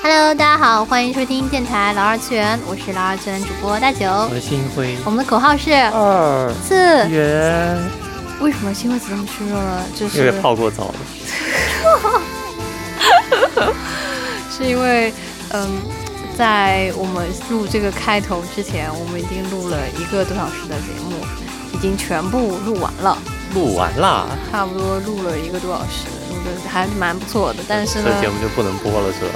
Hello，大家好，欢迎收听电台老二次元，我是老二次元主播大九。我的心灰我们的口号是二四。元，为什么新惠子这么虚弱了？就因为是泡过澡了。是因为，嗯，在我们录这个开头之前，我们已经录了一个多小时的节目，已经全部录完了，录完啦，差不多录了一个多小时，录的嗯还蛮不错的。但是呢，这节目就不能播了是吧？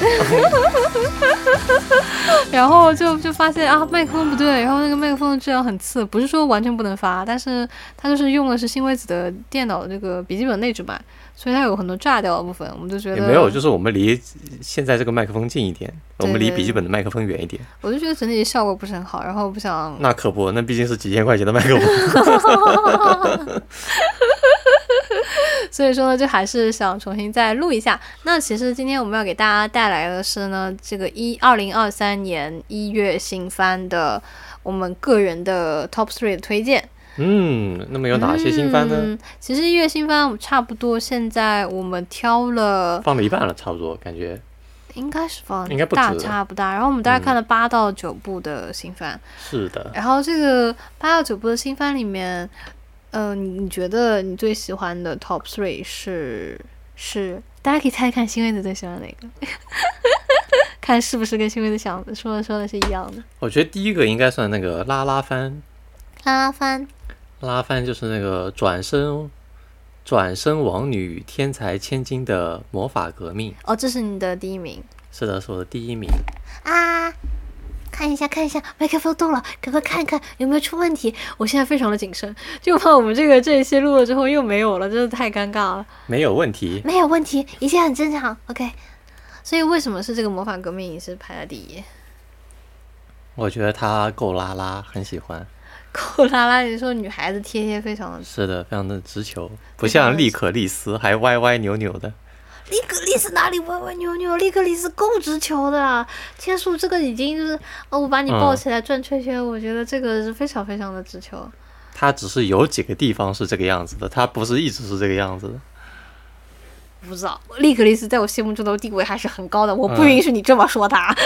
然后就就发现啊，麦克风不对，然后那个麦克风的质量很次，不是说完全不能发，但是它就是用的是新微子的电脑这个笔记本内置版，所以它有很多炸掉的部分，我们就觉也得没有，就是我们离现在这个麦克风近一点，我们离对笔记本的麦克风远一点。我就觉得整体效果不是很好，然后我不想那可不，那毕竟是几千块钱的麦克风。所以说呢，就还是想重新再录一下。那其实今天我们要给大家带来的是呢，这个一二零二三年一月新番的我们个人的 top three 的推荐。嗯，那么有哪些新番呢？嗯、其实一月新番，我们差不多现在我们挑了，放了一半了，差不多，感觉应该是放应该不止大差不大。然后我们大概看了八到九部的新番，是的。然后这个八到九部的新番里面，呃，你你觉得你最喜欢的 top three 是是？大家可以猜看新妹子最喜欢哪个， 看是不是跟新妹子想的说的说的是一样的。我觉得第一个应该算那个拉拉番，拉拉番，拉拉番就是那个转身转身王女天才千金的魔法革命。哦，这是你的第一名是的，是我的第一名。啊！看一下，看一下，麦克风动了，赶快看一看有没有出问题。我现在非常的谨慎，就怕我们这个这一期录了之后又没有了，真的太尴尬了。没有问题，没有问题，一切很正常。OK，所以为什么是这个魔法革命影视排在第一？我觉得它够拉拉，很喜欢。寇拉拉，你说女孩子贴贴非常的是的，非常的直球，不非常像地利可利斯还歪歪扭扭的。利格利斯哪里歪歪扭扭，利格利斯够直球的啦。天数这个已经就是哦，我把你嗯抱起来转圈圈，我觉得这个是非常非常的直球。它只是有几个地方是这个样子的，它不是一直是这个样子的。不知道利格利斯在我心目中的地位还是很高的，我不嗯允许你这么说 他。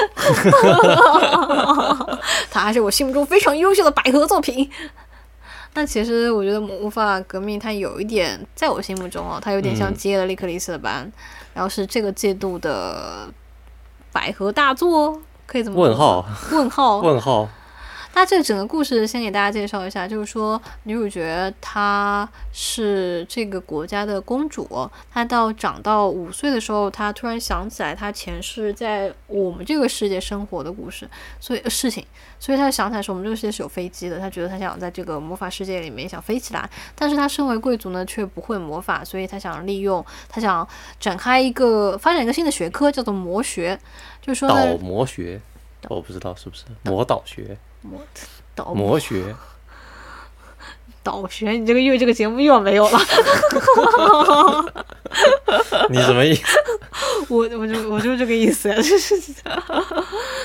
他还是我心目中非常优秀的百合作品。但其实我觉得《魔法革命》它有一点，在我心目中哦，它有点像嗯接了利克利斯的班，然后是这个季度的百合大作，可以这么说问号，啊问号问号，那这个整个故事先给大家介绍一下，就是说女主角她是这个国家的公主，她到长到五岁的时候，她突然想起来她前世在我们这个世界生活的故事，所以呃事情，所以她想起来说我们这个世界是有飞机的，她觉得她想在这个魔法世界里面想飞起来，但是她身为贵族呢却不会魔法，所以她想利用她想展开一个发展一个新的学科叫做魔学，就是说呢导魔学，我不知道是不是魔导学，导 魔学。导学，你这个月这个节目又要没有了。你什么意思？我我就我就这个意思， 就是，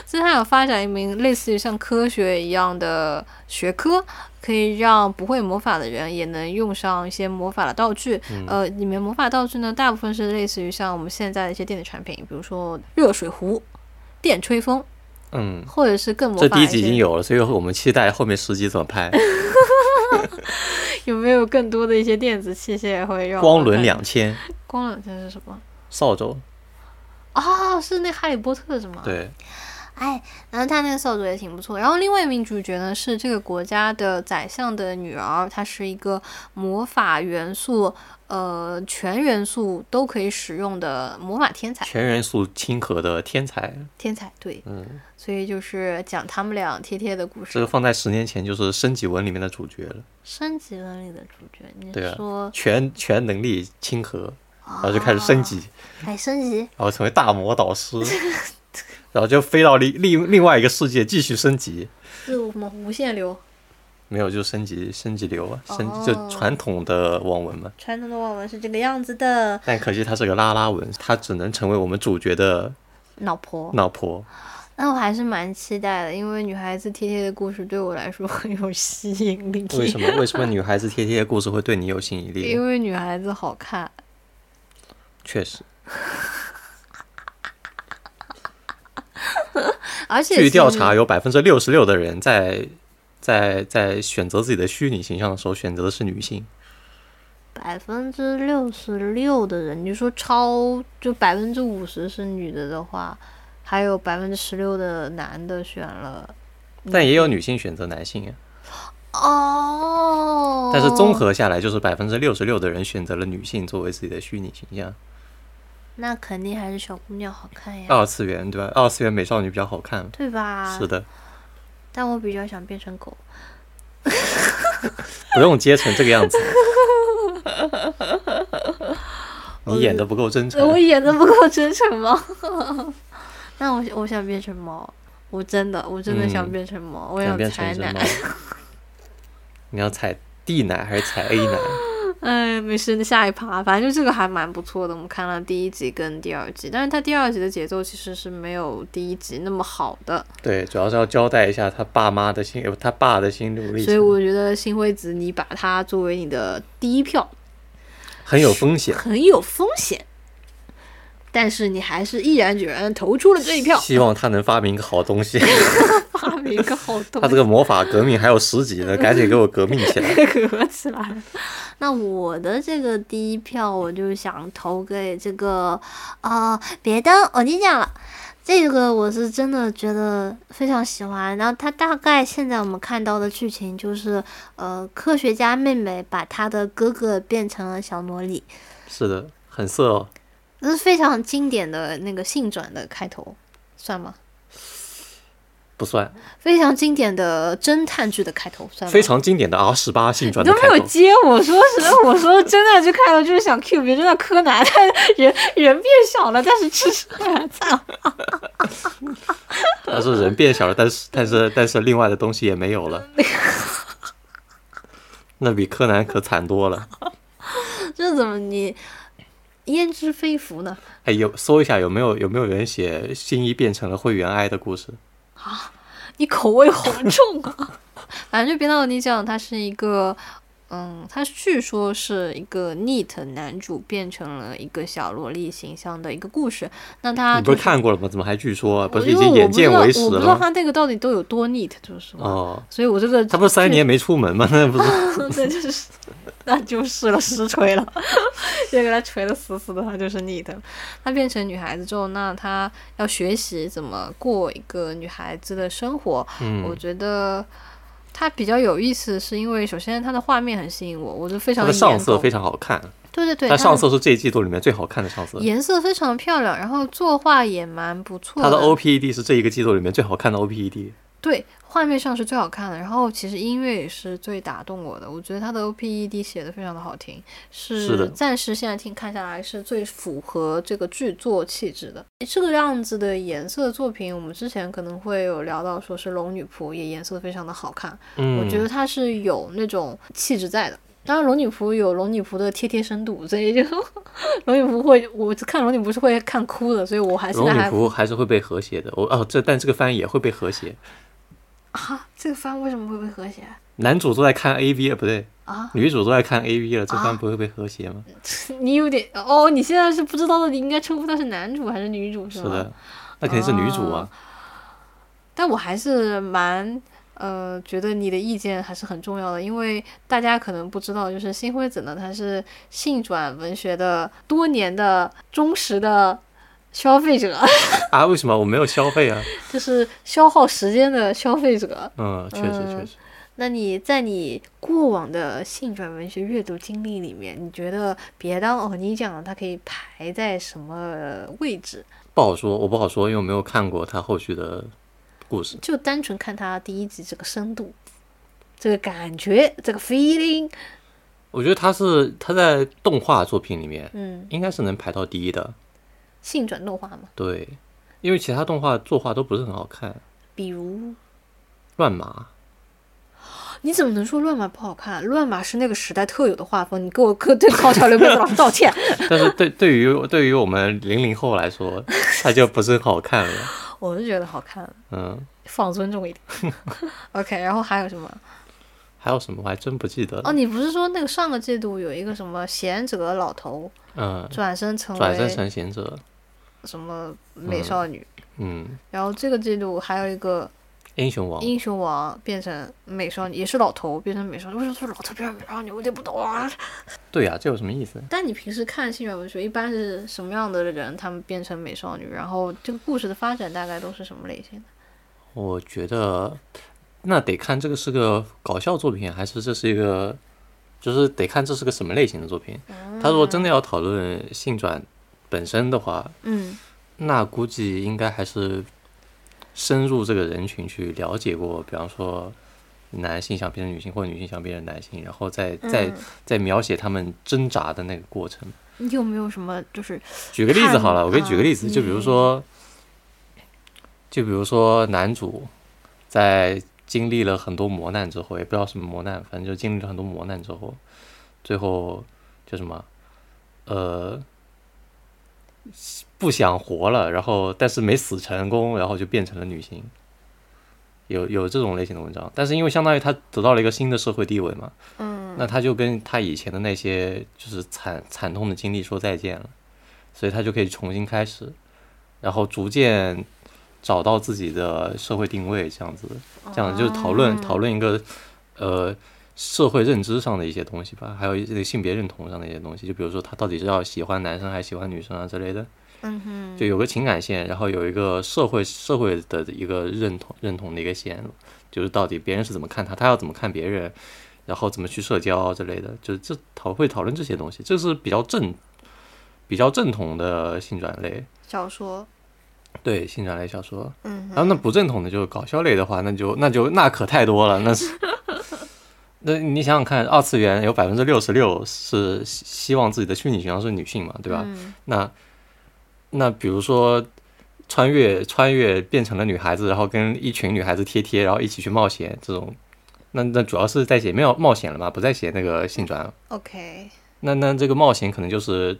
所以它有发展一名类似于像科学一样的学科，可以让不会魔法的人也能用上一些魔法的道具。嗯呃，里面魔法道具呢，大部分是类似于像我们现在的一些电子产品，比如说热水壶、电吹风，嗯，或者是更魔这法第一一集已些经有了，所以我们期待后面十集怎么拍。有没有更多的一些电子器械会让我光们轮看两千，光轮这是什么？扫帚，哦，是那哈利波特是吗？对，哎，然后他那个扫帚也挺不错。然后另外一名主角呢是这个国家的宰相的女儿，她是一个魔法元素，呃，全元素都可以使用的魔法天才。全元素亲和的天才。天才对，嗯，所以就是讲他们俩贴贴的故这事。个放在十年前就是升级文里面的主角了。升级文里的主角，你对啊说全全能力亲和，然后就开始升级，哎，升级然后成为大魔导师， 然后就飞到另另另外一个世界继续升级，是我们无限流没有就升级升级流啊，升哦就传统的网文嘛。传统的网文是这个样子的。但可惜他是个拉拉文，他只能成为我们主角的老婆，老婆。那我还是蛮期待的，因为女孩子贴贴的故事对我来说很有吸引力。为 什么？为什么女孩子贴贴的故事会对你有吸引力哦因？为女孩子好看，确实，而且据其调实查，有百分之六十六的人在在在选择自己的虚拟形象的时候选择的是女性。百分之六十六的人，你说超就百分之五十是女的的话，还有百分之十六的男的选了嗯但也有女性选择男性啊。哦。但是综合下来，就是百分之六十六的人选择了女性作为自己的虚拟形象。嗯那肯定还是小姑娘好看呀，二次元对吧？二次元美少女比较好看。对吧？是的，但我比较想变成狗。不用接成这个 样子。你演的不够真我诚，演的不够真诚吗？ 那我我想变成猫，我真的我真的想嗯变成猫，我想想变成采一只奶猫。。你要踩 D 奶还是踩 A 奶？哎，没事，那下一趴，反正就这个还蛮不错的。我们看了第一集跟第二集，但是它第二集的节奏其实是没有第一集那么好的，对，主要是要交代一下他爸妈的心，呃他爸的心路历所以程，我觉得新辉子你把它作为你的第一票，很有风险。很有风险，但是你还是毅然决然地投出了这一票，希望他能发明个好东西。 发明一个好东他这个魔法革命还有十几 呢，赶紧给我革命起来。合起来。那我的这个第一票，我就想投给这个，呃，别的我跟你讲了，这个我是真的觉得非常喜欢。然后它大概现在我们看到的剧情就是，呃，科学家妹妹把她的哥哥变成了小萝莉，是的，很色哦。这是非常经典的那个性转的开头，算吗？不算，非常经典的侦探剧的开头，算吗？非常经典的 R 十八性转嗯你的都开没有头，接我说是我说真的就看到就是想 Q 别真的柯南，但人人变小了，但是知识还在。他是人变小了，但是但是但是另外的东西也没有 了，那比柯南可惨多了。这怎么你焉知非福呢？哎，有搜一下有没有有没有人写新一变成了会员 I 的故事？你口味好重啊！ 反正就别闹你讲，他是一个，嗯，他据说是一个 neat 男主变成了一个小萝莉形象的一个故事。那他你不就是看过了吗？怎么还据说啊？不是已因为啊经我眼不知见道为实我不知道了吗？他那个到底都有多 neat，就是嘛。哦，所以我这个他不是三年没出门吗？那不是那嗯就是，那就是了，实锤了， 就给他锤的死死的，他就是你的。她变成女孩子之后，那她要学习怎么过一个女孩子的生活。我嗯，觉得她比较有意思，是因为首先她的画面很吸引我，我就非他常的上眼色狗非常好看，对对对，他她上的色是这一季度里面最好看的上色。颜色非常漂亮，然后作画也蛮不错他的 OPED 是这一个季度里面最好看的 E OPED，对，画面上是最好看的，然后其实音乐也是最打动我的。我觉得他的 OPED 写的非常的好听，是的是暂时现在听看下来是最符合这个剧作气质的。这个样子的颜色作品，我们之前可能会有聊到，说是《龙女仆》也颜色非常的好看，嗯，我觉得它是有那种气质在的。当然，龙女仆有龙女仆的贴贴深度，所以就 龙女仆会，我看龙女仆是会看哭的，所以我还现龙在女还仆还是会被和谐的。我哦，这但这个翻译也会被和谐。啊，这个番为什么会被和谐啊男主都在看 A V 了，不对，啊？女主都在看 A V 了，这啊番不会被和谐吗？你有点哦，你现在是不知道到底应该称呼她是男主还是哦女主是吗？的，那肯定是女主啊。但我还是蛮呃，觉得你的意见还是很重要的，因为大家可能不知道，就是新辉子呢，他是性转文学的多年的忠实的消费者， 啊，为什么我没有消费啊？就是消耗时间的消费者。嗯，确实确实，那你在你过往的性转文学阅读经历里面，你觉得别当哦偶尼奖它可以排在什么位置？不好说，我不好说，因为我没有看过他后续的故事。就单纯看他第一集这个深度，这个感觉，这个 feeling，我觉得他是他在动画作品里面嗯，应该是能排到第一的，性转动画嘛，对，因为其他动画作画都不是很好看，比如乱码。你怎么能说乱码不好看？乱码是那个时代特有的画风，你给我各对高桥留美子老师道歉。 但是对对于对于我们零零后来说，它就不是很好看了。 我是觉得好看，嗯，放尊重一点。OK，然后还有什么？还有什么我还真不记得了。哦，你不是说那个上个季度有一个什么贤者老头嗯，转身成为转身成贤者，什么美少女，嗯，然后这个季度还有一个英雄王，英雄王变成美少女，也是老头变成美少女，为什么说老头变成美少女？我有点不懂啊。对呀、这有什么意思？但你平时看性转文学，一般是什么样的人他们变成美少女？然后这个故事的发展大概都是什么类型的？我觉得那得看这个是个搞笑作品，还是这是一个，就是得看这是个什么类型的作品。嗯他如果真的要讨论性转本身的话，嗯，那估计应该还是深入这个人群去了解过，比方说男性想变成女性，或者女性想变成男性，然后再再嗯再描写他们挣扎的那个过程。你有没有什么就是举个例子好了，看我给你举个例子，啊就比如说，就比如说男主在经历了很多磨难之后，也不知道什么磨难，反正就经历了很多磨难之后，最后就什么，呃，不想活了，然后但是没死成功，然后就变成了女性。有有这种类型的文章，但是因为相当于他得到了一个新的社会地位嘛，嗯，那他就跟他以前的那些就是惨惨痛的经历说再见了，所以他就可以重新开始，然后逐渐找到自己的社会定位，这样子，哦这样就是讨论、讨论一个呃社会认知上的一些东西吧，还有一些性别认同上的一些东西，就比如说他到底是要喜欢男生还是喜欢女生啊之类的，嗯哼，就有个情感线，然后有一个社会社会的一个认同认同的一个线，就是到底别人是怎么看他，他要怎么看别人，然后怎么去社交之类的，就是这讨会讨论这些东西，这是比较正比较正统的性转类，小说，对性转类小说。嗯然后那不正统的就是搞笑类的话，那就那就那可太多了，那 是。那你想想看，二次元有百分之六十六是希希望自己的虚拟形象是女性嘛，对吧？嗯那那比如说穿越穿越变成了女孩子，然后跟一群女孩子贴贴，然后一起去冒险这种，那那主要是在写冒冒险了嘛，不再写那个性转了。 ，OK，那那这个冒险可能就是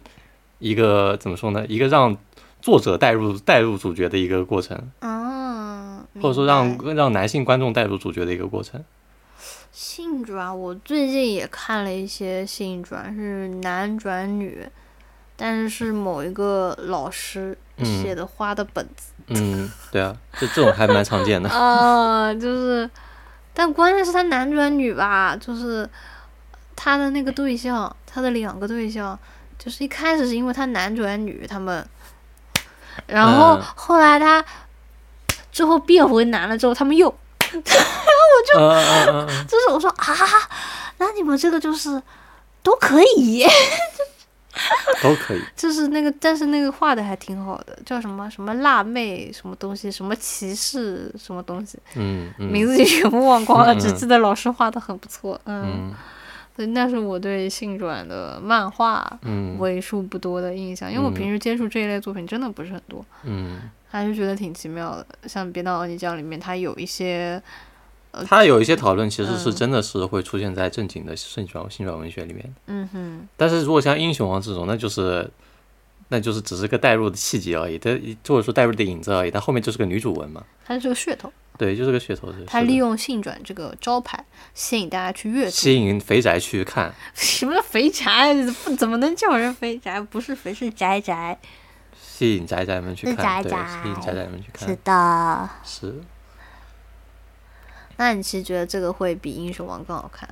一个怎么说呢？一个让作者带入带入主角的一个过程，啊，或者说明让白让男性观众带入主角的一个过程。性转，我最近也看了一些性转，是男转女，但是是某一个老师嗯写的花的本子。嗯，对啊，这这种还蛮常 见 的。啊，就是，但关键是他男转女吧，就是他的那个对象，他的两个对象，就是一开始是因为他男转女他们，然后嗯后来他之后变回男了之后，他们又嗯嗯嗯嗯，就是我说啊，那你们这个就是都可以，嗯都可以。就是那个，但是那个画的还挺好的，叫什么什么辣妹什么东西，什么骑士什么东西，嗯嗯，名字也全部忘光了，只嗯嗯记得老师画的很不错。嗯，嗯所以那是我对性转的漫画嗯为数不多的印象，因为我平时接触这一类作品真的不是很多，嗯。还是觉得挺奇妙的。像《别闹奥尼酱》里面，它有一些呃他有一些讨论，其实是嗯真的是会出现在正经的性转性转文学里面。嗯哼，但是如果像英雄王这种，那就是那就是只是个代入的契机而已，它或者说代入的影子而已。它后面就是个女主文嘛，它是这个噱头，对，就是个噱头。是它是的利用性转这个招牌吸引大家去阅读。 吸引肥宅去看，什么叫肥宅？啊不怎么能叫人肥宅？不是肥是宅宅。吸引宅宅们去是看，宅对，宅吸引宅宅们去看，的。是那你其实觉得这个会比英雄王更好看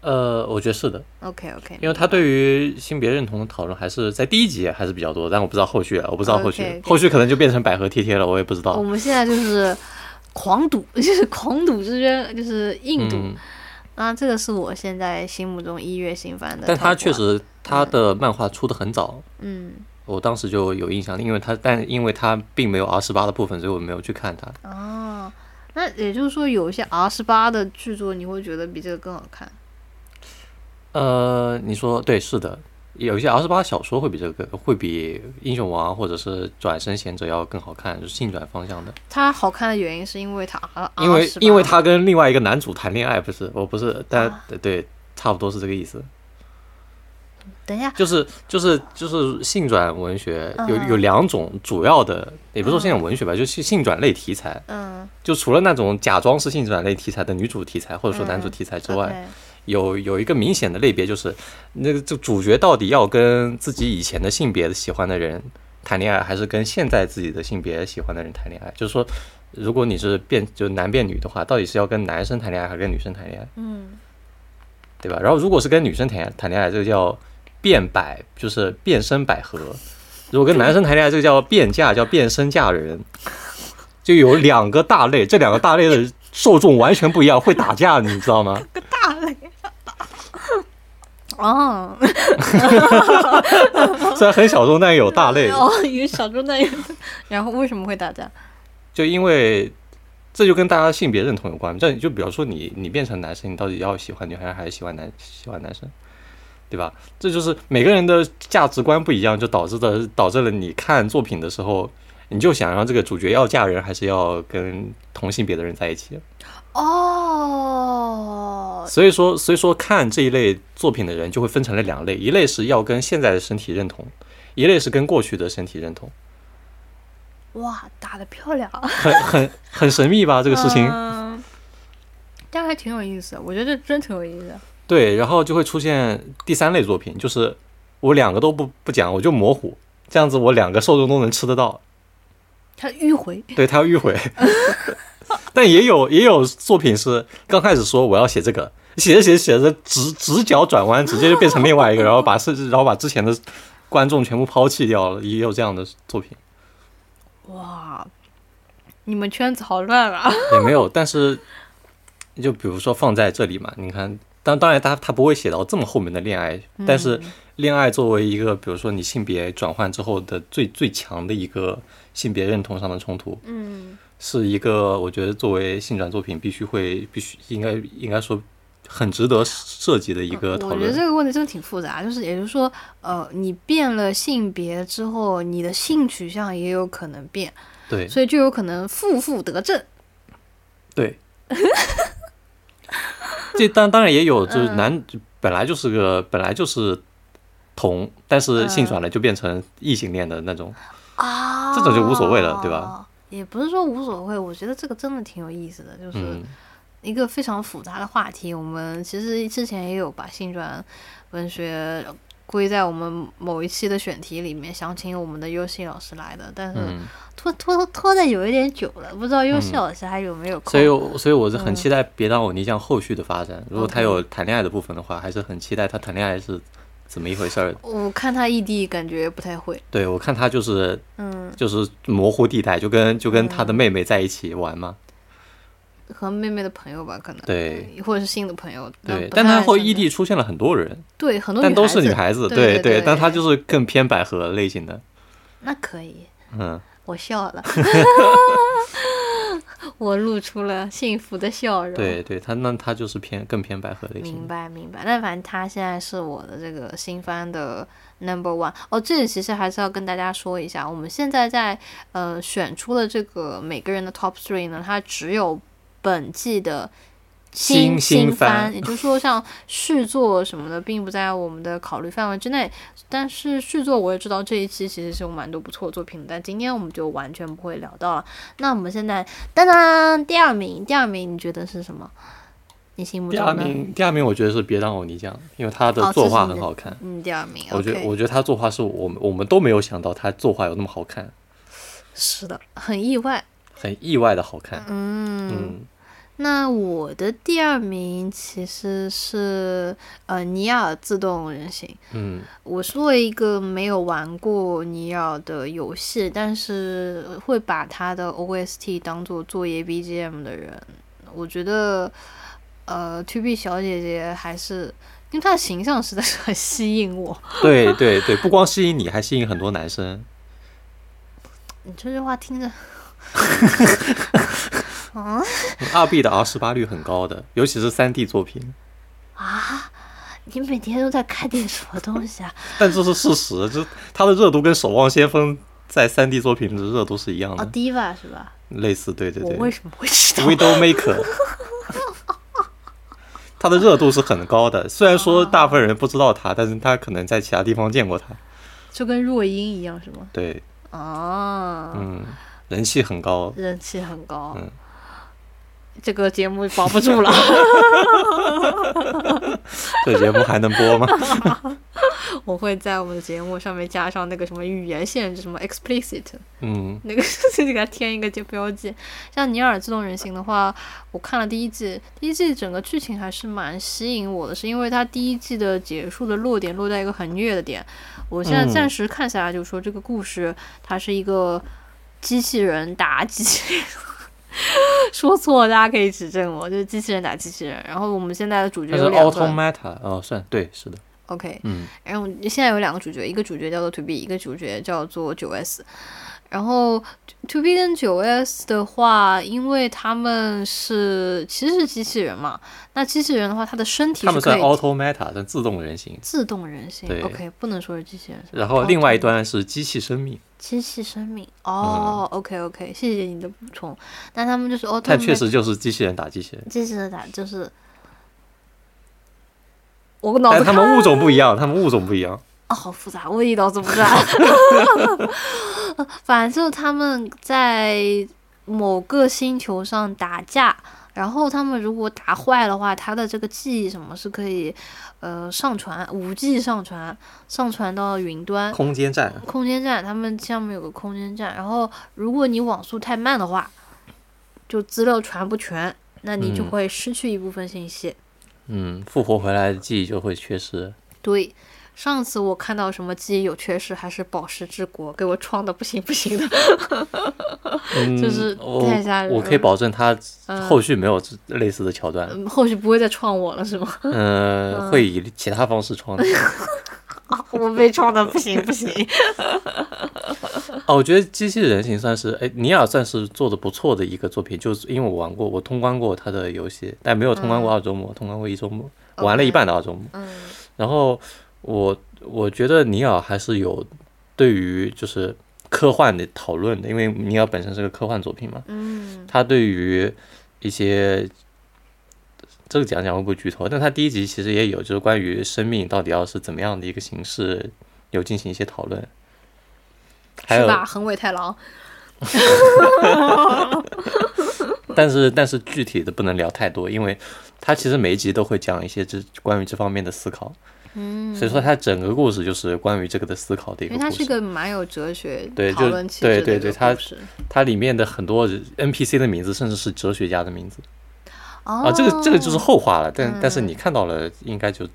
呃，我觉得是的， ？OK OK。因为他对于性别认同的讨论还是在第一集还是比较多，但我不知道后续，啊，我不知道后续哦 OK，OK 哦后续可能就变成百合贴贴了，我也不知我道。们现在就是狂赌， 就是狂赌之争，就是硬赌。嗯，那这个是我现在心目中一月新番的。但他确，实他的漫画出的很早，嗯我当时就有印象，因为他，但因为他并没有 R 十八的部分，所以我没有去看他。哦，那也就是说，有一些 R 十八的剧作，你会觉得比这个更好看。呃，你说对，是的，有一些 R 十八小说会比这个会比英雄王或者是转身贤者要更好看，就是性转方向的，它好看的原因是因为它啊 R 因为 R18 因为他跟另外一个男主谈恋爱，不是，我不是，但、啊对，差不多是这个意思，等一下，就是就是就是性转文学有嗯有两种主要的，也不是说性转文学吧，就是性性转类题材，嗯，就除了那种假装是性转类题材的女主题材或者说男主嗯题材之 OK 外。有有一个明显的类别，就是那个就主角到底要跟自己以前的性别喜欢的人谈恋爱，还是跟现在自己的性别喜欢的人谈恋爱。就是说，如果你是变就男变女的话，到底是要跟男生谈恋爱还是跟女生谈恋爱，嗯对吧？然后如果是跟女生谈谈恋爱，这个叫变百，就是变身百合；如果跟男生谈恋爱，这个叫变嫁，叫变身嫁人。就有两个大类，这两个大类的受众完全不一样，会打架，你知道吗？大类。哦，虽然很小众，但有大类的。 哦，一个小猪男友，然后为什么会打架？就因为这就跟大家性别认同有关。这就比方说你你变成男生，你到底要喜欢女孩还是喜欢男喜欢男生，对吧？这就是每个人的价值观不一样，就导致的导致了你看作品的时候，你就想让这个主角要嫁人，还是要跟同性别的人在一起。哦，所以说，所以说看这一类作品的人就会分成了两类，一类是要跟现在的身体认同，一类是跟过去的身体认同。哇，打得漂亮！啊很很很神秘吧？这这个事情。嗯，但还挺有意思的，我觉得这真挺有意思的。对，然后就会出现第三类作品，就是我两个都不不讲，我就模糊，这样子我两个受众都能吃得到。他迂回，对他要迂回， 但也有也有作品是刚开始说我要写这个，写着写着写着直直角转弯，直接就变成另外一个，然后把甚至然后把之前的观众全部抛弃掉了，也有这样的作品。哇，你们圈子好乱 啊！ 也没有，但是就比如说放在这里嘛，你看，当当然他他不会写到这么后面的恋爱，嗯但是恋爱作为一个，比如说你性别转换之后的最最强的一个性别认同上的冲突，嗯，是一个我觉得作为性转作品必须会必须应该应该说很值得涉及的一个讨嗯我觉得论。这个问题真的挺复杂，就是也就是说，呃，你变了性别之后，你的性取向也有可能变，对所以就有可能负负得正。 对，这当当然也有，嗯就是男本来就是个本来就是同，但是嗯性转了就变成异性恋的那种。啊，这种就无所谓了对吧？也不是说无所谓，我觉得这个真的挺有意思的，就是嗯，一个非常复杂的话题。我们其实之前也有把性转文学归在我们某一期的选题里面，想请我们的优信老师来的，但是嗯，拖拖拖的有一点久了，不知道优信嗯老师还有没有空。所以我所以我是很期待《别当我泥匠》后续的发展。如果他嗯 OK 有谈恋爱的部分的话，还是很期待他谈恋爱是怎么一回事儿的。我看他异地感觉不太会，对我看他就是嗯，就是模糊地带，就跟就跟他的妹妹在一起玩嘛。和妹妹的朋友吧，可能对，或者是新的朋友，对，嗯不但太他后真异的地出现了很多人，对很多但都孩是女子孩子。对对对对但他就是更偏百合类型的。那可以，嗯，我笑 了， 我露出了幸福的笑容。对对，他那他就是偏更偏百合类型明的。白明白。但反正他现在是我的这个新番的 number one。哦，这里其实还是要跟大家说一下，我们现在在呃选出的这个每个人的 top three 呢，它只有本季的。新新新番，番也就是说，像续作什么的，并不在我们的考虑范围之内。但是续作，我也知道这一期其实是有蛮多不错的作品的，但今天我们就完全不会聊到了。那我们现在，当当，第二名，第二名，你觉得是什么？你心目第中二呢？名，第二名我觉得是《别当我泥匠》，因为他哦的这作是画你的很好看。嗯，第二名。我觉 OK 得，我觉得他作画是我们我们都没有想到他作画有那么好看，是的，很意外。很意外的好看。嗯，嗯，那我的第二名其实是呃尼尔自动人形。嗯，我是作为一个没有玩过尼尔的游戏，但是会把它的 OST 当做作业 BGM 的人，我觉得，呃，To B 小姐姐还是因为她的形象实在是很吸引我。对对对，不光吸引你，还吸引很多男 生。你这句话听着，啊二 B 的 R 十八率很高的，尤其是三 D 作品，啊！你每天都在看点什么东 西啊？但这是事实，就它的热度跟《守望先锋》在三 D 作品的热度是一样哦的， ，Diva 是吧？类似。对嗯对我对为什么会知道？ ，Widowmaker，它的热度是很高的。虽然说大部分人不知道它，但是他可能在其他地方见过它。就跟若英一样是吗？对，啊，嗯，人气很高。人气很高。嗯这个节目保不住了， 这节目还能播吗？我会在我们的节目上面加上那个什么语言限制，什么 explicit，嗯那个就给它添一个这标记。 像《尼尔：自动人形》的话，我看了第一季，第一季整个剧情还是蛮吸引我的，是因为它第一季的结束的落点落在一个很虐的点。我现在嗯暂时看下来，就是说这个故事它是一个机器人打机器人。 说错，了，大家可以指正我，就是机器人打机器人。然后我们现在的主角它是有两个 automata，哦，算对，是的， ，OK，嗯然后现在有两个主角，一个主角叫做 To B，一个主角叫做九 S。然后 To B 跟九 S 的话，因为他们是其实是机器人嘛，那机器人的话，它的身体他是们可算以 automata，算自动人形。自动人形对，OK，不能说是机器人，然后另外一端是机器生命，机器生命哦、o k OK，谢谢你的补充。那他们就是 auto，它嗯确实就是机器人打机器人，机器人打就是我脑但子他们物种不一样，他们物种不一样。哦，好复杂，我一脑子不转。 反正他们在某个星球上打架，然后他们如果打坏的话，他的这个记忆什么是可以，呃，上传五 G 上传，上传到云端。空间站，空间站，他们下面有个空间站，然后如果你网速太慢的话，就资料传不全，那你就嗯会失去一部分信息。嗯，复活回来的记忆就会缺失。对，上次我看到什么记忆有缺失，还是宝石之国给我创的不行不行的。 嗯，就是我太吓人我可以了保证它嗯后续没有类似的桥段，嗯后续不会再创我了是吗？ 嗯，会以其他方式创的。啊我被创的不行不行。 哦，我觉得《机器人形》算是，哎，尼尔算是做的不错的一个作品，就是因为我玩过，我通关过他的游戏，但没有通关过二周目，通关过一周目，玩了一半的二周目。嗯然后我我觉得尼尔还是有对于就是科幻的讨论的，因为尼尔本身是个科幻作品嘛，嗯他对于一些这个讲讲会不会剧透？但他第一集其实也有，就是关于生命到底要是怎么样的一个形式，有进行一些讨论。还是有，吧？横尾太郎。但是但是具体的不能聊太多，因为他其实每一集都会讲一些这关于这方面的思考，嗯，所以说他整个故事就是关于这个的思考的一因个为故它事。是个蛮有哲学对讨就论气质对的对一个对它故事它里面的很多人 NPC 的名字，甚至是哲学家的名字哦啊，这个这个就是后话了。但、嗯但是你看到了，应该就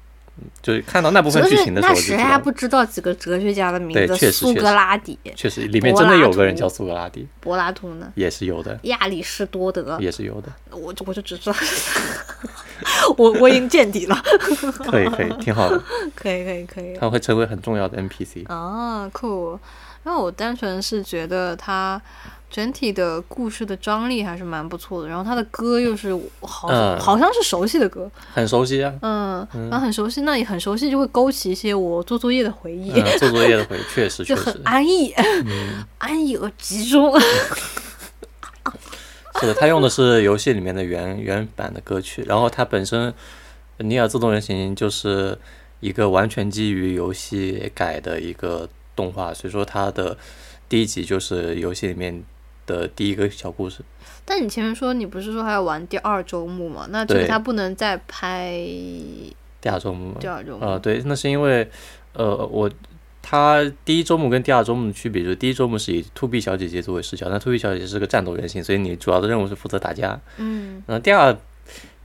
就是看到那部分哲剧学情的时候那就知谁道还了不。知道几个哲学家的名对字？确实苏确格实拉底、确实，里面柏真的拉有个人图叫苏格拉底，柏拉图呢？也是 有的，亚里士多德，也是有的。我就我就只知道， 我我已经见底了。 可以可以，挺好的，可以可以可以。他会成为很重要的 NPC。啊，酷！那我单纯是觉得它整体的故事的张力还是蛮不错的，然后它的歌又是好、嗯好像是熟悉的歌，很熟悉啊，嗯，然后很熟悉，那也很熟悉，就会勾起一些我做作业的回忆，嗯，做作业的回忆确实就确很实嗯安逸，安逸而集中。 是的。他用的是游戏里面的原原版的歌曲，然后他本身《尼尔：自动人形》就是一个完全基于游戏改的一个动画，所以说它的第一集就是游戏里面的第一个小故事。但你前面说你不是说还要玩第二周目吗？那这个对它不能再拍第二周目嘛第，二周目。呃，对，那是因为，呃，我它第一周目跟第二周目的区别就是，第一周目是以 To B 小姐姐作为视角，那 To B 小姐姐是个战斗人形，所以你主要的任务是负责打架。嗯 那第二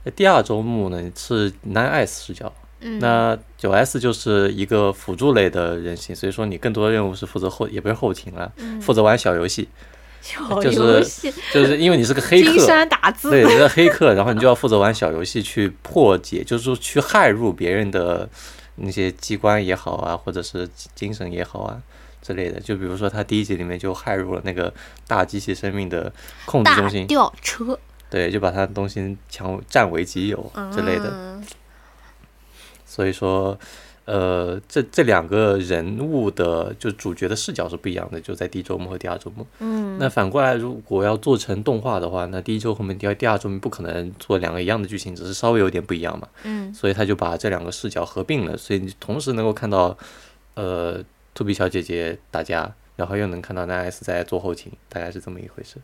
呃第二周目呢是男 S 视角，嗯，那九 S 就是一个辅助类的人形，所以说你更多的任务是负责后，也不是后勤了，嗯负责玩小游戏，小就是游戏，就是因为你是个黑金客。山打字，对，你是黑客，然后你就要负责玩小游戏去破解，就是说去骇入别人的那些机关也好啊，或者是精神也好啊之类的。就比如说他第一集里面就骇入了那个大机器生命的控制大中心，吊车对，就把他的东西抢占为己有之类的。嗯所以说，呃，这这两个人物的就主角的视角是不一样的，就在第一周末和第二周末。嗯，那反过来，如果要做成动画的话，那第一周和我们第二第二周不可能做两个一样的剧情，只是稍微有点不一样嘛。嗯所以他就把这两个视角合并了，所以你同时能够看到，呃，兔比小姐姐打架，然后又能看到男 S 在做后勤，大概是这么一回事。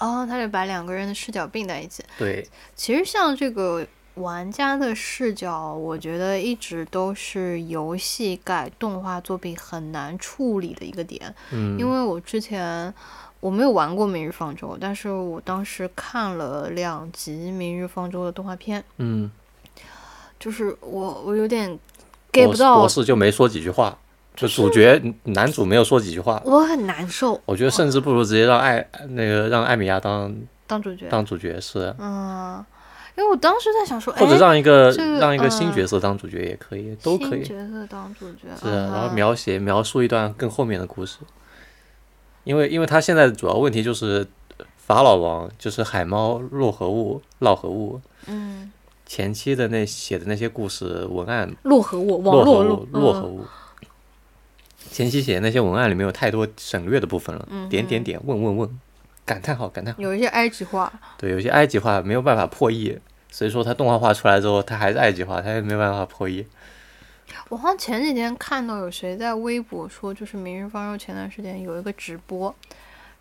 哦，他就把两个人的视角并在一起。对，其实像这个玩家的视角，我觉得一直都是游戏改动画作品很难处理的一个点。嗯，因为我之前我没有玩过《明日方舟》，但是我当时看了两集《明日方舟》的动画片，嗯，就是我我有点 get 博不士博到，士就没说几句话，就主角男主没有说几句话。我很难受我觉得甚至不如直接让艾那个让艾米亚当当主角。当主角是，嗯，因为我当时在想说，或者哎让一个这个让一个新嗯角色当主角也可以，都可新以。角色当主角，是，然后啊描写描述一段更后面的故事，因为因为他现在的主要问题就是法老王就是海猫洛河物洛河物嗯，前期的那写的那些故事文案洛河我网洛河络嗯物路洛河物，前期写的那些文案里面有太多省略的部分了，嗯点点点问问问，感叹号感叹号，有一些埃及话，对，有些埃及话没有办法破译，所以说他动画化出来之后，他还是埃及话，他也没有办法破译。我好像前几天看到有谁在微博说，就是《明日方舟》前段时间有一个直播，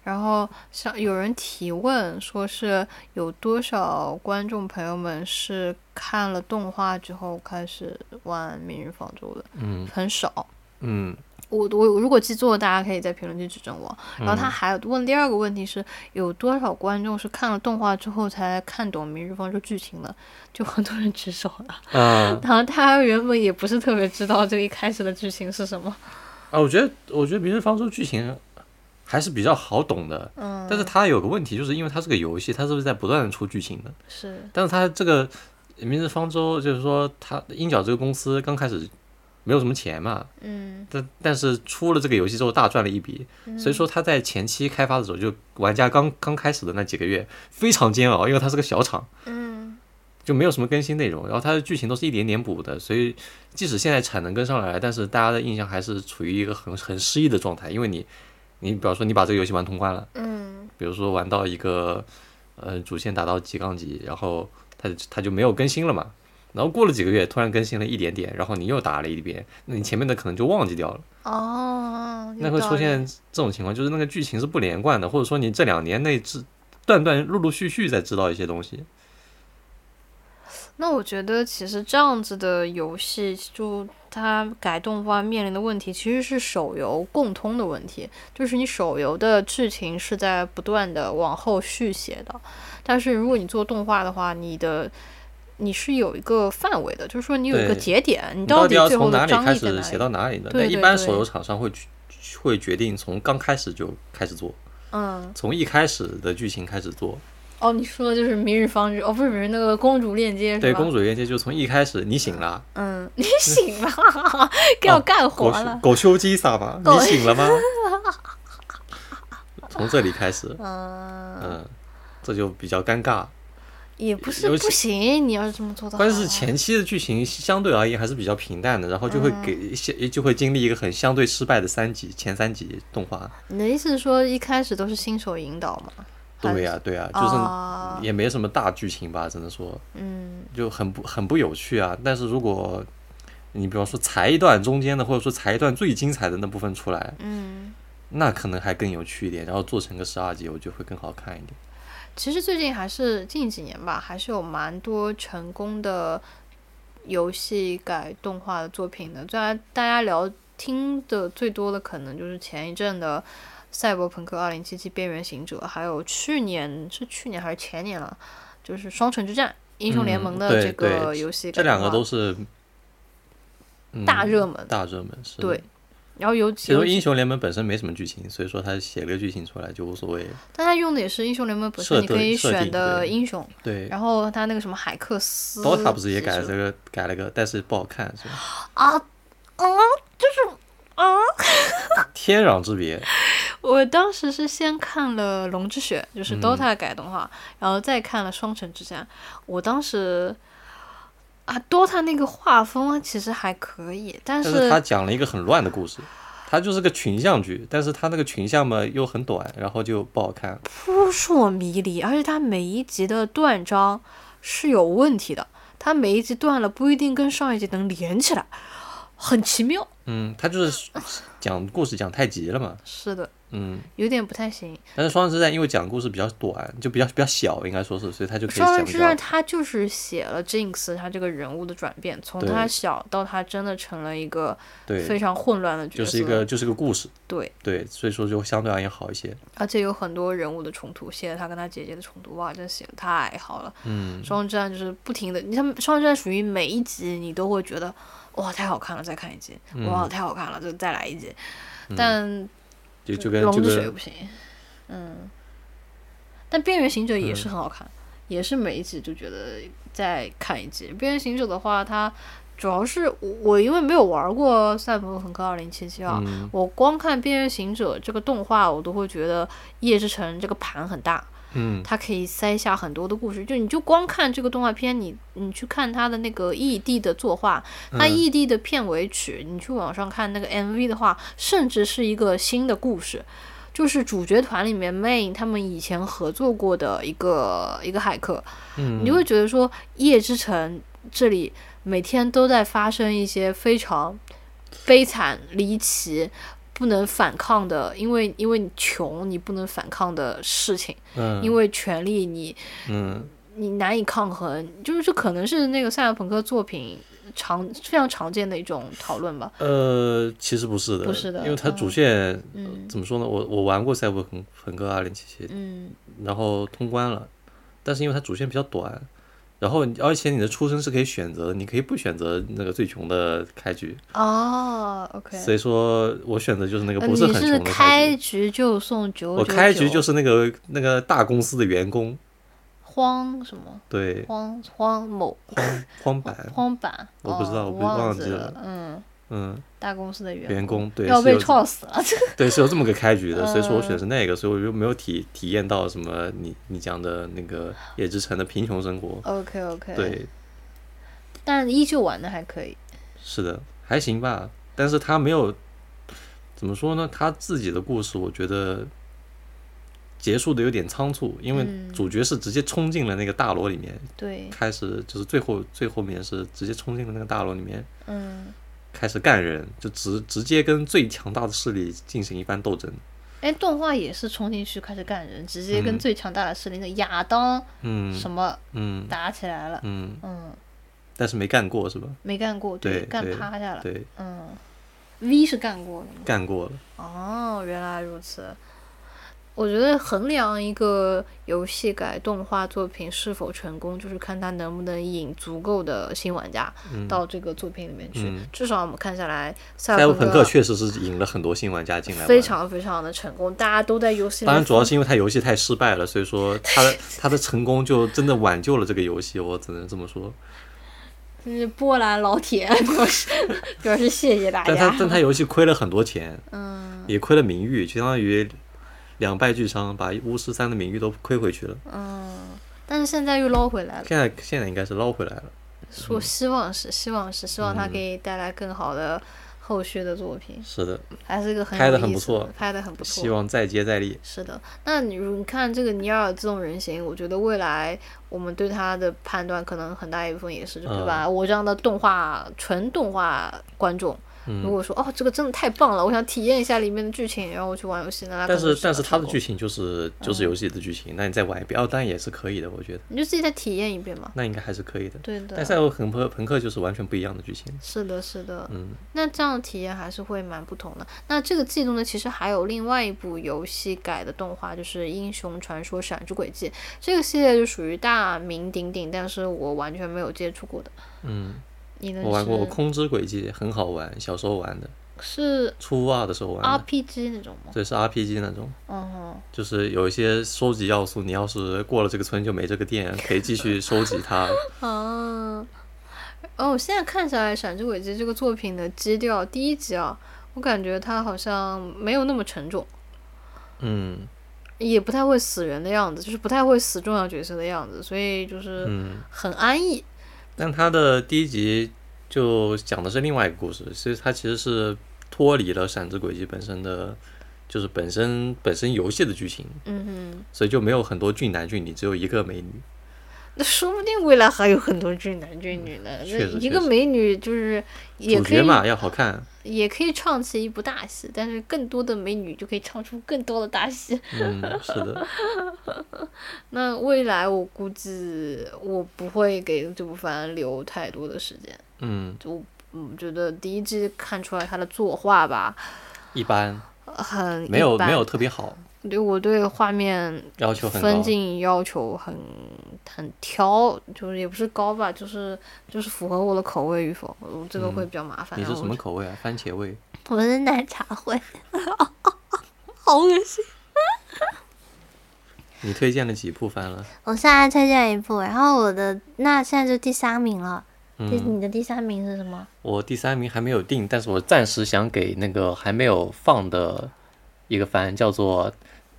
然后像有人提问说是有多少观众朋友们是看了动画之后开始玩《明日方舟》的，嗯很少。嗯我我我如果记错了，大家可以在评论区指正我。然后嗯他还问第二个问题是，有多少观众是看了动画之后才看懂《明日方舟》剧情的？就很多人举手了。啊。然后他原本也不是特别知道这个一开始的剧情是什么。啊，我觉得，我觉得《明日方舟》剧情还是比较好懂的，嗯，但是它有个问题，就是因为它是个游戏，它是不是在不断的出剧情的？是但是它这个《明日方舟》，就是说它鹰角这个公司刚开始没有什么钱嘛，嗯，但但是出了这个游戏之后大赚了一笔，所以说它在前期开发的时候，就玩家刚刚开始的那几个月非常煎熬，因为它是个小厂，嗯就没有什么更新内容，然后它的剧情都是一点点补的，所以即使现在产能跟上来，但是大家的印象还是处于一个很很失意的状态，因为你，你比方说你把这个游戏玩通关了，嗯比如说玩到一个，呃，主线打到几杠几，然后它它就没有更新了嘛，然后过了几个月突然更新了一点点，然后你又打了一遍，那你前面的可能就忘记掉了，哦，有那会道出理现这种情况，就是那个剧情是不连贯的，或者说你这两年内知断断陆陆续续在知道一些东西，那我觉得其实这样子的游戏，就它改动化面临的问题，其实是手游共通的问题，就是你手游的剧情是在不断的往后续写的，但是如果你做动画的话，你的。你是有一个范围的，就是说你有一个对节点，你你到底底要最后从的哪里张开力在始哪写里？到哪里呢？对那对一般对手游厂商会决会决定从刚开始就开始做，嗯，从一开始的剧情开始做。哦，你说的就是《明日方舟》，哦，不是不是那个公主链接是吧？对，公主链接就从一开始你醒了，嗯，你醒了， 给 我啊干活狗了。狗修基萨 吧，狗你醒了吗？从这里开始， 嗯，嗯，这就比较尴尬。也不是尤不其行，你要是这么做的话，关键是前期的剧情相对而言还是比较平淡的，然后就会给嗯一些就会经历一个很相对失败的三集前三集动画。你的意思是说一开始都是新手引导嘛？还对呀、对呀、啊就是也没什么大剧情吧，只能说。嗯就很不很不有趣啊。但是如果你比方说裁一段中间的，或者说裁一段最精彩的那部分出来，嗯。那可能还更有趣一点，然后做成个十二集，我觉得会更好看一点。其实最近还是近几年吧，还是有蛮多成功的游戏改动画的作品的。大家大家聊听的最多的可能就是前一阵的《赛博朋克2077：边缘行者》，还有去年是去年还是前年了，就是《双城之战》《英雄联嗯盟》的对这对个游戏这改两动个画都是、嗯、大热门。大热门，是对。然后尤其其尤实其英雄联盟本身没什么剧情，所以说他写个剧情出来就无所谓。但它用的也是英雄联盟本身设你可定以设选定的对英雄，对然后它那个什么海克斯，DOTA 不是也其改了实这个改了个，但是不好看，是吧？啊啊！天壤之别。我当时是先看了《龙之血》，就是嗯 DOTA 改动画，然后再看了《双城之战》。我当时啊，DOTA 那个画风啊其实还可以，但但是是他讲了一个很乱的故事，他就是个群像剧，但是他那个群像嘛又很短，然后就不好看。扑朔迷离，而且它每一集的断章是有问题的，它每一集断了不一定跟上一集能连起来，很奇妙。嗯，他就是讲故事讲太急了嘛，是的，嗯，有点不太行。但是《双城之战》因为讲的故事比较短，就比较比较小，应该说是，所以他就可以双讲人比之较战他就是写了 Jinx 他这个人物的转变，从对他小到他真的成了一个非对，常混乱的角色，就是一个就是个故事，对，对，所以说就相对而言好一些。而且有很多人物的冲突，写了他跟他姐姐的冲突，哇，真写的太好了。嗯，双人之战就是不停的，你像双人之战属于每一集你都会觉得哇太好看了，再看一集，嗯哇太好看了，就再来一集。但就就跟龙就之水跟不行，嗯。但边缘行者嗯也是很好看，也是每一集就觉得再看一集。边缘行者的话，它主要是我我因为没有玩过《赛博朋克2077》啊，嗯我光看《边缘行者》这个动画，我都会觉得夜之城这个盘很大，嗯它可以塞下很多的故事。就你就光看这个动画片，你你去看它的那个异地的作画，它嗯异地的片尾曲，你去网上看那个 MV 的话，甚至是一个新的故事。就是主角团里面 Main 他们以前合作过的一个一个骇客，嗯，你就会觉得说夜之城这里每天都在发生一些非常悲惨离奇。不能反抗的，因为因为你穷，你不能反抗的事情，嗯因为权力你嗯你难以抗衡，就是这可能是那个赛博朋克作品常非常常见的一种讨论吧。呃，其实不是的，不是的因为它主嗯线嗯怎么说呢？我我玩过《赛博朋朋克二零七七》，嗯然后通关了，但是因为它主线比较短，然后你而且你的出身是可以选择的，你可以不选择那个最穷的开局，哦，OK，所以说我选择就是那个呃不是你很穷是的开开局。局就送九九我开局就是是那个那个大公司的员工，荒什么对，荒荒某荒荒版，荒版，我不知道哦我我不忘记记了嗯，嗯，大公司的员员工对要是被呃有撞死 了，对是有这么个开局的，所以说我选的是那个，所以我就没有体体验到什么你你讲的那个野之城的贫穷生活， OK OK，，对，但依旧玩的还可以。是的，还行吧。但是他没有怎么说呢？他自己的故事，我觉得结束的有点仓促，因为嗯主角是直接冲进了那个大楼里面，对，开始就是最后最后面是直接冲进了那个大楼里面，嗯，开始干人，就直直接跟最强大的势力进行一番斗争。哎，动画也是冲进去开始干人，直接跟嗯最强大的势力的亚当嗯什么嗯打起来了，嗯，嗯，但是没干过是吧？没干过，对干对趴下了，对，嗯，V 是干过的吗？干过了。哦，原来如此。我觉得衡量一个游戏改动画作品是否成功，就是看它能不能引足够的新玩家嗯，到这个作品里面去。嗯至少我们看下来，赛赛博博朋克确实是引了很多新玩家进来玩，非常非常的成功，大家都在游戏里当面然，主要是因为它游戏太失败了，所以说它的 它的成功就真的挽救了这个游戏，我只能这么说。就是波兰老铁 表示表示谢谢大但它家。但它游戏亏了很多钱，嗯也亏了名誉，就相当于两败俱伤，把巫师三的名誉都亏回去了。嗯，但是现在又捞回来了。现在现在应该是捞回来了。我希望是，希望是，希望它嗯可以带来更好的后续的作品，是的，还是一个很拍有得很意不思错的拍的很不错。希望再接再厉。是的，那你如你看这个尼尔自动人形，我觉得未来我们对它的判断可能很大一部分也是，对吧？嗯我这样的动画纯动画观众，如嗯，果说哦这个真的太棒了，我想体验一下里面的剧情，然后我去玩游戏，那它但可能是但是个它的成剧功，情就是就是游戏的剧情，那你再玩一遍，哦，当然也是可以的，我觉得你就自己再体验一遍嘛。那应该还是可以的。对啊但的，赛博朋克朋克就是完全不一样的剧情。是的，是的，嗯那这样的体验还是会蛮不同的。那这个季度呢，其实还有另外一部游戏改的动画，就是《英雄传说：闪之轨迹》这个系列就属于大名鼎鼎，但是我完全没有接触过的。嗯。你呢？我玩过，我是空之轨迹很好玩，小时候玩的，是初二的时候啊玩的， RPG 那种吗？对，是 RPG 那种，嗯哼，就是有一些收集要素，你要是过了这个村就没这个店，可以继续收集 它。啊，哦，我现在看下来，《闪之轨迹》这个作品的基调，第一集啊，我感觉它好像没有那么沉重。嗯也不太会死人的样子，就是不太会死重要角色的样子，所以就是嗯，很安逸。但它的第一集就讲的是另外一个故事，所以它其实是脱离了《闪之轨迹》本身的，就是本身本身游戏的剧情，嗯哼，所以就没有很多俊男俊女，只有一个美女。那说不定未来还有很多俊男俊女呢。嗯确那实一确个实美女就是也主可角以嘛要好看，也可以唱起一部大戏，但是更多的美女就可以唱出更多的大戏。 嗯，是的，那未来我估计我不会给这部番留太多的时间，嗯，就嗯觉得第一季看出来他的作画吧，呃一般，很嗯一没有般没有，特别好，对我对画面要求很分高，镜要求很很挑，就是也不是高吧，就是就是符合我的口味与否，我这个会比较麻烦。嗯你是然后什我么就？口味啊？番茄味，我是奶茶 味，好恶心。你推荐了几部番了？我现在推荐一部，然后我的那现在就第三名了。第、嗯，你的第三名是什么？我第三名还没有定，但是我暂时想给那个还没有放的一个番叫做《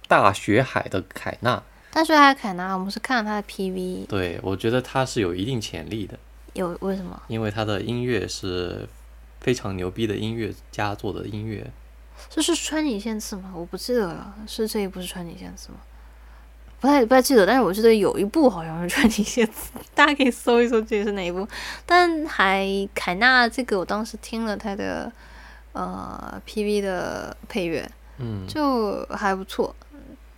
大学海的凯纳》，大学海凯纳，我们是看了他的 PV，对我觉得它是有一定潜力的。有为什么？因为他的音乐是非常牛逼的音乐家做的音乐，这是川井宪次吗？我不记得了，是这一部是川井宪次吗？不太不太记得，但是我记得有一部好像是川井宪次，大家可以搜一搜这是哪一部。但还凯纳这个，我当时听了他的呃 PV 的配乐，嗯，就还不错。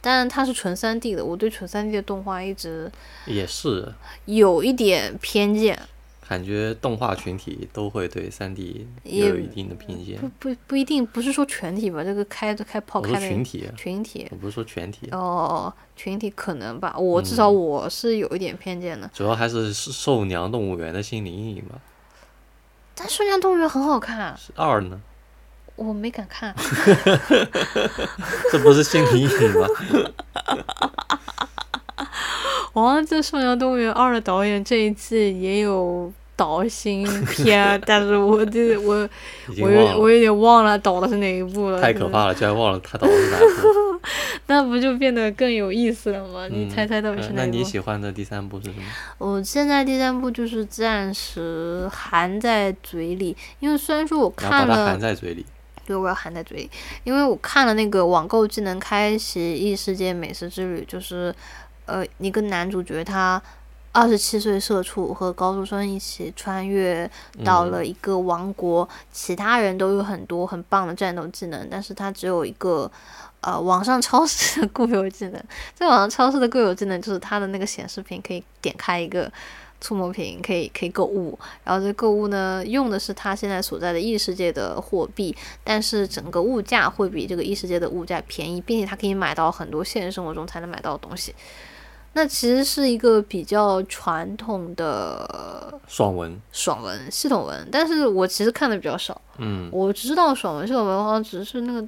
但它是纯三 D 的，我对纯三 D 的动画一直也是有一点偏见，感觉动画群体都会对三 D 也也有一定的偏见不。不不一定不是说全体吧，这个开开炮我开说的群体啊，群体我不是说全体，哦，群体可能吧，我至少嗯我是有一点偏见的。主要还是受娘动物园的心理阴影吧。但《数量动物园》很好看，啊是二呢，我没敢 看。这不是心理阴影吗？我忘记《数量动物园二》的导演这一季也有导新 片，啊但是我这我已经我有忘我了，有点忘了导的是哪一部了。太可怕了，居然忘了他导的是 哪部。 那不就变得更有意思了吗？嗯你猜猜到底是呃哪那一你部？喜欢的第三部是什么？我现在第三部就是暂时含在嘴里，因为虽然说我然后把看它了含在嘴里。对，我要含在嘴里，因为我看了那个网购技能开启异世界美食之旅，就是呃，一个男主角他二十七岁社畜和高中生一起穿越到嗯了一个王国，其他人都有很多很棒的战斗技能，但是他只有一个。呃，网上超市的固有技能，在网上超市的固有技能就是它的那个显示屏可以点开一个触摸屏，可以可以购物，然后这购物呢用的是他现在所在的异世界的货币，但是整个物价会比这个异世界的物价便宜，并且它可以买到很多现实生活中才能买到的东西。那其实是一个比较传统的爽文，爽文、系统文，但是我其实看的 比较少。嗯，我知道爽文、系统文好像只是那个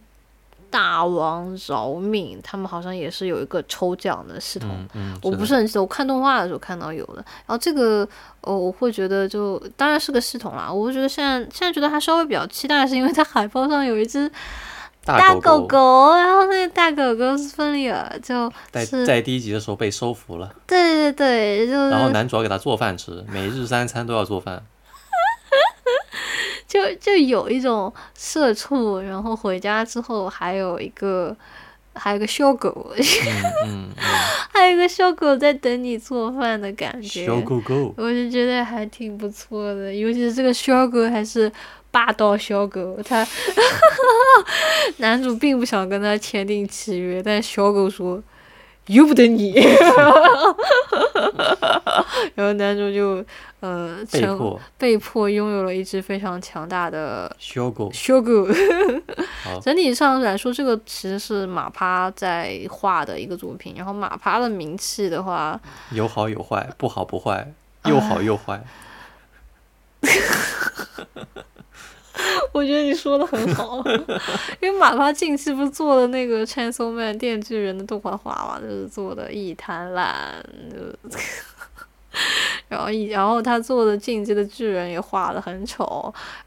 大王饶命，他们好像也是有一个抽奖的系统，嗯嗯，我的不是很记得，我看动画的时候看到有的。然后这个，呃，我会觉得就当然是个系统啦。我会觉得现在现在觉得它稍微比较期待，是因为它海报上有一只大狗狗狗，然后那个大狗狗是芬里尔，就在是嗯在第一集的时候被收服了。对对对，就然后是男主要给他做饭吃，每日三餐都要做饭。就就有一种社畜，然后回家之后还有一个。还有一个小狗， 嗯嗯嗯，还有一个小狗在等你做饭的感觉。小狗狗，我就觉得还挺不错的，尤其是这个小狗还是霸道小狗，他 男主并不想跟他签订契约，但小狗说由不得你，然后男主就呃被成迫被迫拥有了一只非常强大的小狗，小狗。好整体上来说，这个其实是马趴在画的一个作品，然后马趴的名气的话， 有好有坏，不好不坏，又好又啊坏。我觉得你说的很 好，因为马趴近期不是做的那个《Chainsaw Man》电锯人的动画化嘛，就是做的一滩烂，就 然后一然后他做的《进击的巨人》也画的很丑，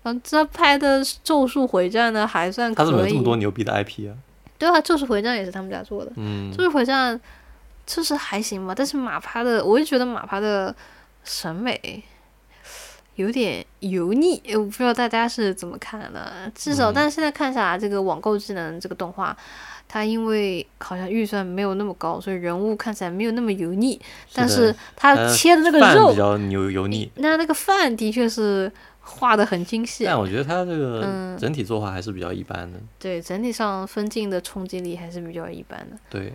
然后他拍的《咒术回战》呢还算可他以，怎么有这么多牛逼的 IP 啊？对啊，《咒术回战》也是他们家做的，嗯《咒，术回战》就是还行吧，但是马趴的，我就觉得马趴的审美有点油腻，呃我不知道大家是怎么看的。至少，嗯但是现在看下来，这个网购技能这个动画它因为好像预算没有那么高，所以人物看起来没有那么油腻，但是是它它切的那个饭肉比，较油油腻，那那个饭的确是画的很精细，但我觉得它这个嗯整体作画还是比较一般的。对整体上分镜的冲击力还是比较一般的，对，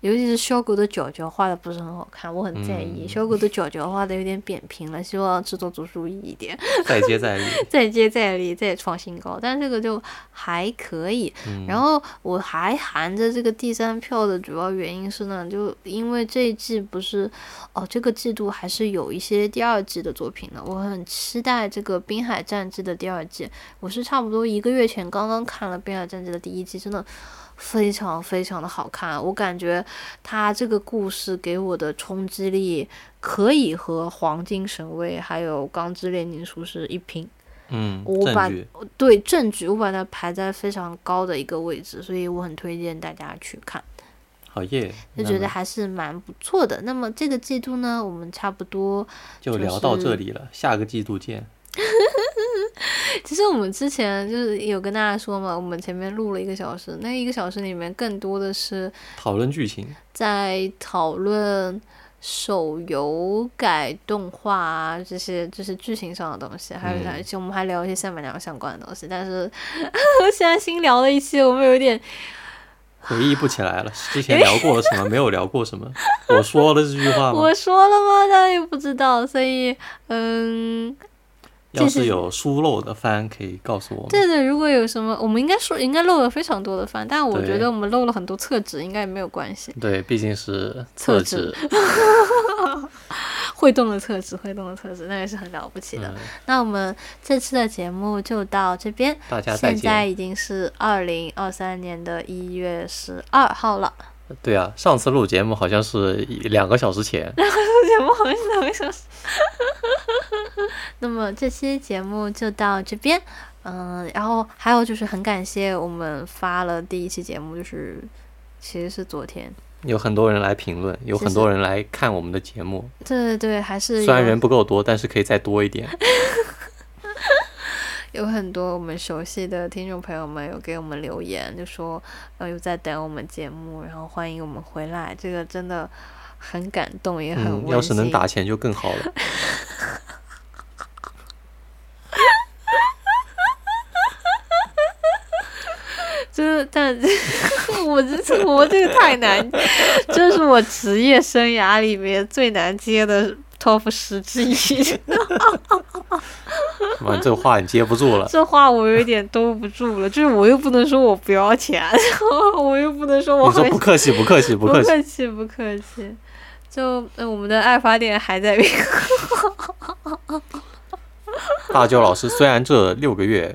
尤其是小狗的脚脚画的不是很好看，我很在意，嗯小狗的脚脚画的有点扁平了，希望制作组注意一点，再接再 厉。再接再厉，再创新高，但这个就还可以，嗯，然后我还含着这个第三票的主要原因是呢，就因为这一季不是，哦，这个季度还是有一些第二季的作品的，我很期待这个《滨海战记》的第二季。我是差不多一个月前刚刚看了《滨海战记》的第一季，真的非常非常的好看。我感觉它这个故事给我的冲击力可以和《黄金神威》还有《钢之炼金术师》一拼。嗯，我把证据对正剧，我把它排在非常高的一个位置，所以我很推荐大家去看，好耶，就那觉得么还是蛮不错的。那么这个季度呢，我们差不多，就就聊到是这里了，下个季度见。 其实我们之前就是有跟大家说嘛，我们前面录了一个小时，那一个小时里面更多的是讨论剧情，在讨论手游改动画啊，这些就是剧情上的东西，还有嗯而且我们还聊一些三板娘相关的东西。但是现在新聊了一期，我们有点嗯回忆不起来了，之前聊过了什么，没有聊过什么，我说了这句话吗我？说了吗？大家又不知道，所以嗯，要就是是有疏漏的番，可以告诉我们。对的，如果有什么，我们应该说应该漏了非常多的番，但我觉对得我们漏了很多厕纸，应该也没有关系。对，毕竟是厕纸厕纸，会动的厕纸，会动的厕纸，那也是很了不起的。嗯，那我们这次的节目就到这边，大家再现在见。已经是二零二三年的一月十二号了。 对啊，上次录节目好像是一两个小时 前。节目好像是两个小时。 那么这期节目就到这边，嗯、然后还有就是很感谢我们发了第一期节目，就是其实是昨天，有很多人来评论，有谢很谢多人来看我们的节目，对对对，还是虽然人有不够多，但是可以再多 一点。有很多我们熟悉的听众朋友们有给我们留言，就说呃有在等我们节目，然后欢迎我们回来，这个真的很感动，也很温嗯，馨。要是能打钱就更好了。就是，但 我这我这个太难，这是我职业生涯里面最难接的 top 十之一。 哇，这话你接不住了。这话我有点兜不住了，就是我又不能说我不要钱， 然后我又不能 说我你说很不客气，不 客气，不不客气。客气不客气。就、呃、我们的爱发电还在运 行，大舅老师虽然这六个月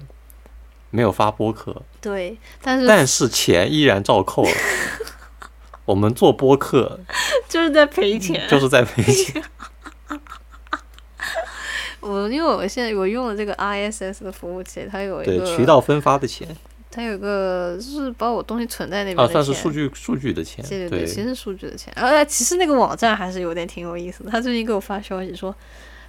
没有发播客，对，但是但是钱依然 照扣了。我们做播客就是在赔钱。就是在 赔钱，我因为我现在我用了这个 ISS 的服务器，它有一对个渠道分发的钱它有一个就是把我东西存在那边的啊，钱。算是数据数据的钱，对对，对其实数据的钱，呃，其实那个网站还是有点挺有意思的。他最近给我发消息说：“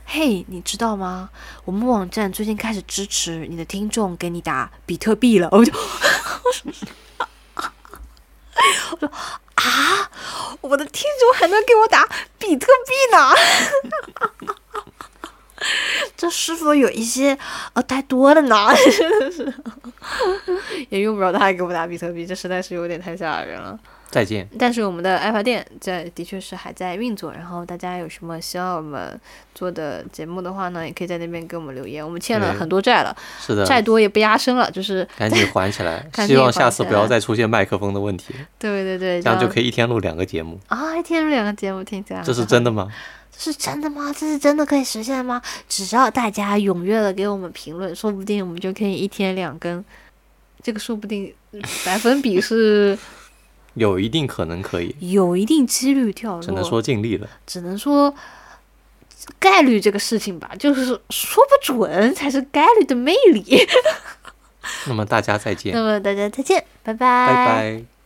嘿，你知道吗？我们网站最近开始支持你的听众给你打比特币了。”我就，我说啊，我的听众还能给我打比特币呢。 这是否有一些呃太多了呢？真的是，也用不着他还给我打比特币，这实在是有点太吓人了。再见，但是我们的爱发电这的确是还在运作，然后大家有什么希望我们做的节目的话呢，也可以在那边给我们留言。我们欠了对嗯很多债了，是的，债多也不压身了，就是，赶紧还起来 赶紧希望还下起次来不要再出现麦克风的问题，对对对，这样就以可以一天录两个节目，啊，一天录两个节目听起来这是很真的吗？这是真的吗？这是真的可以实现吗？只要大家踊跃的给我们评论，说不定我们就可以一天两更。这个说不定嗯百分比是有一定可能可以，有一定几率掉落，只能说尽力了。只能说概率这个事情吧，就是说不准才是概率的魅力。那么大家再 见，嗯那么大家再见，拜拜，拜拜。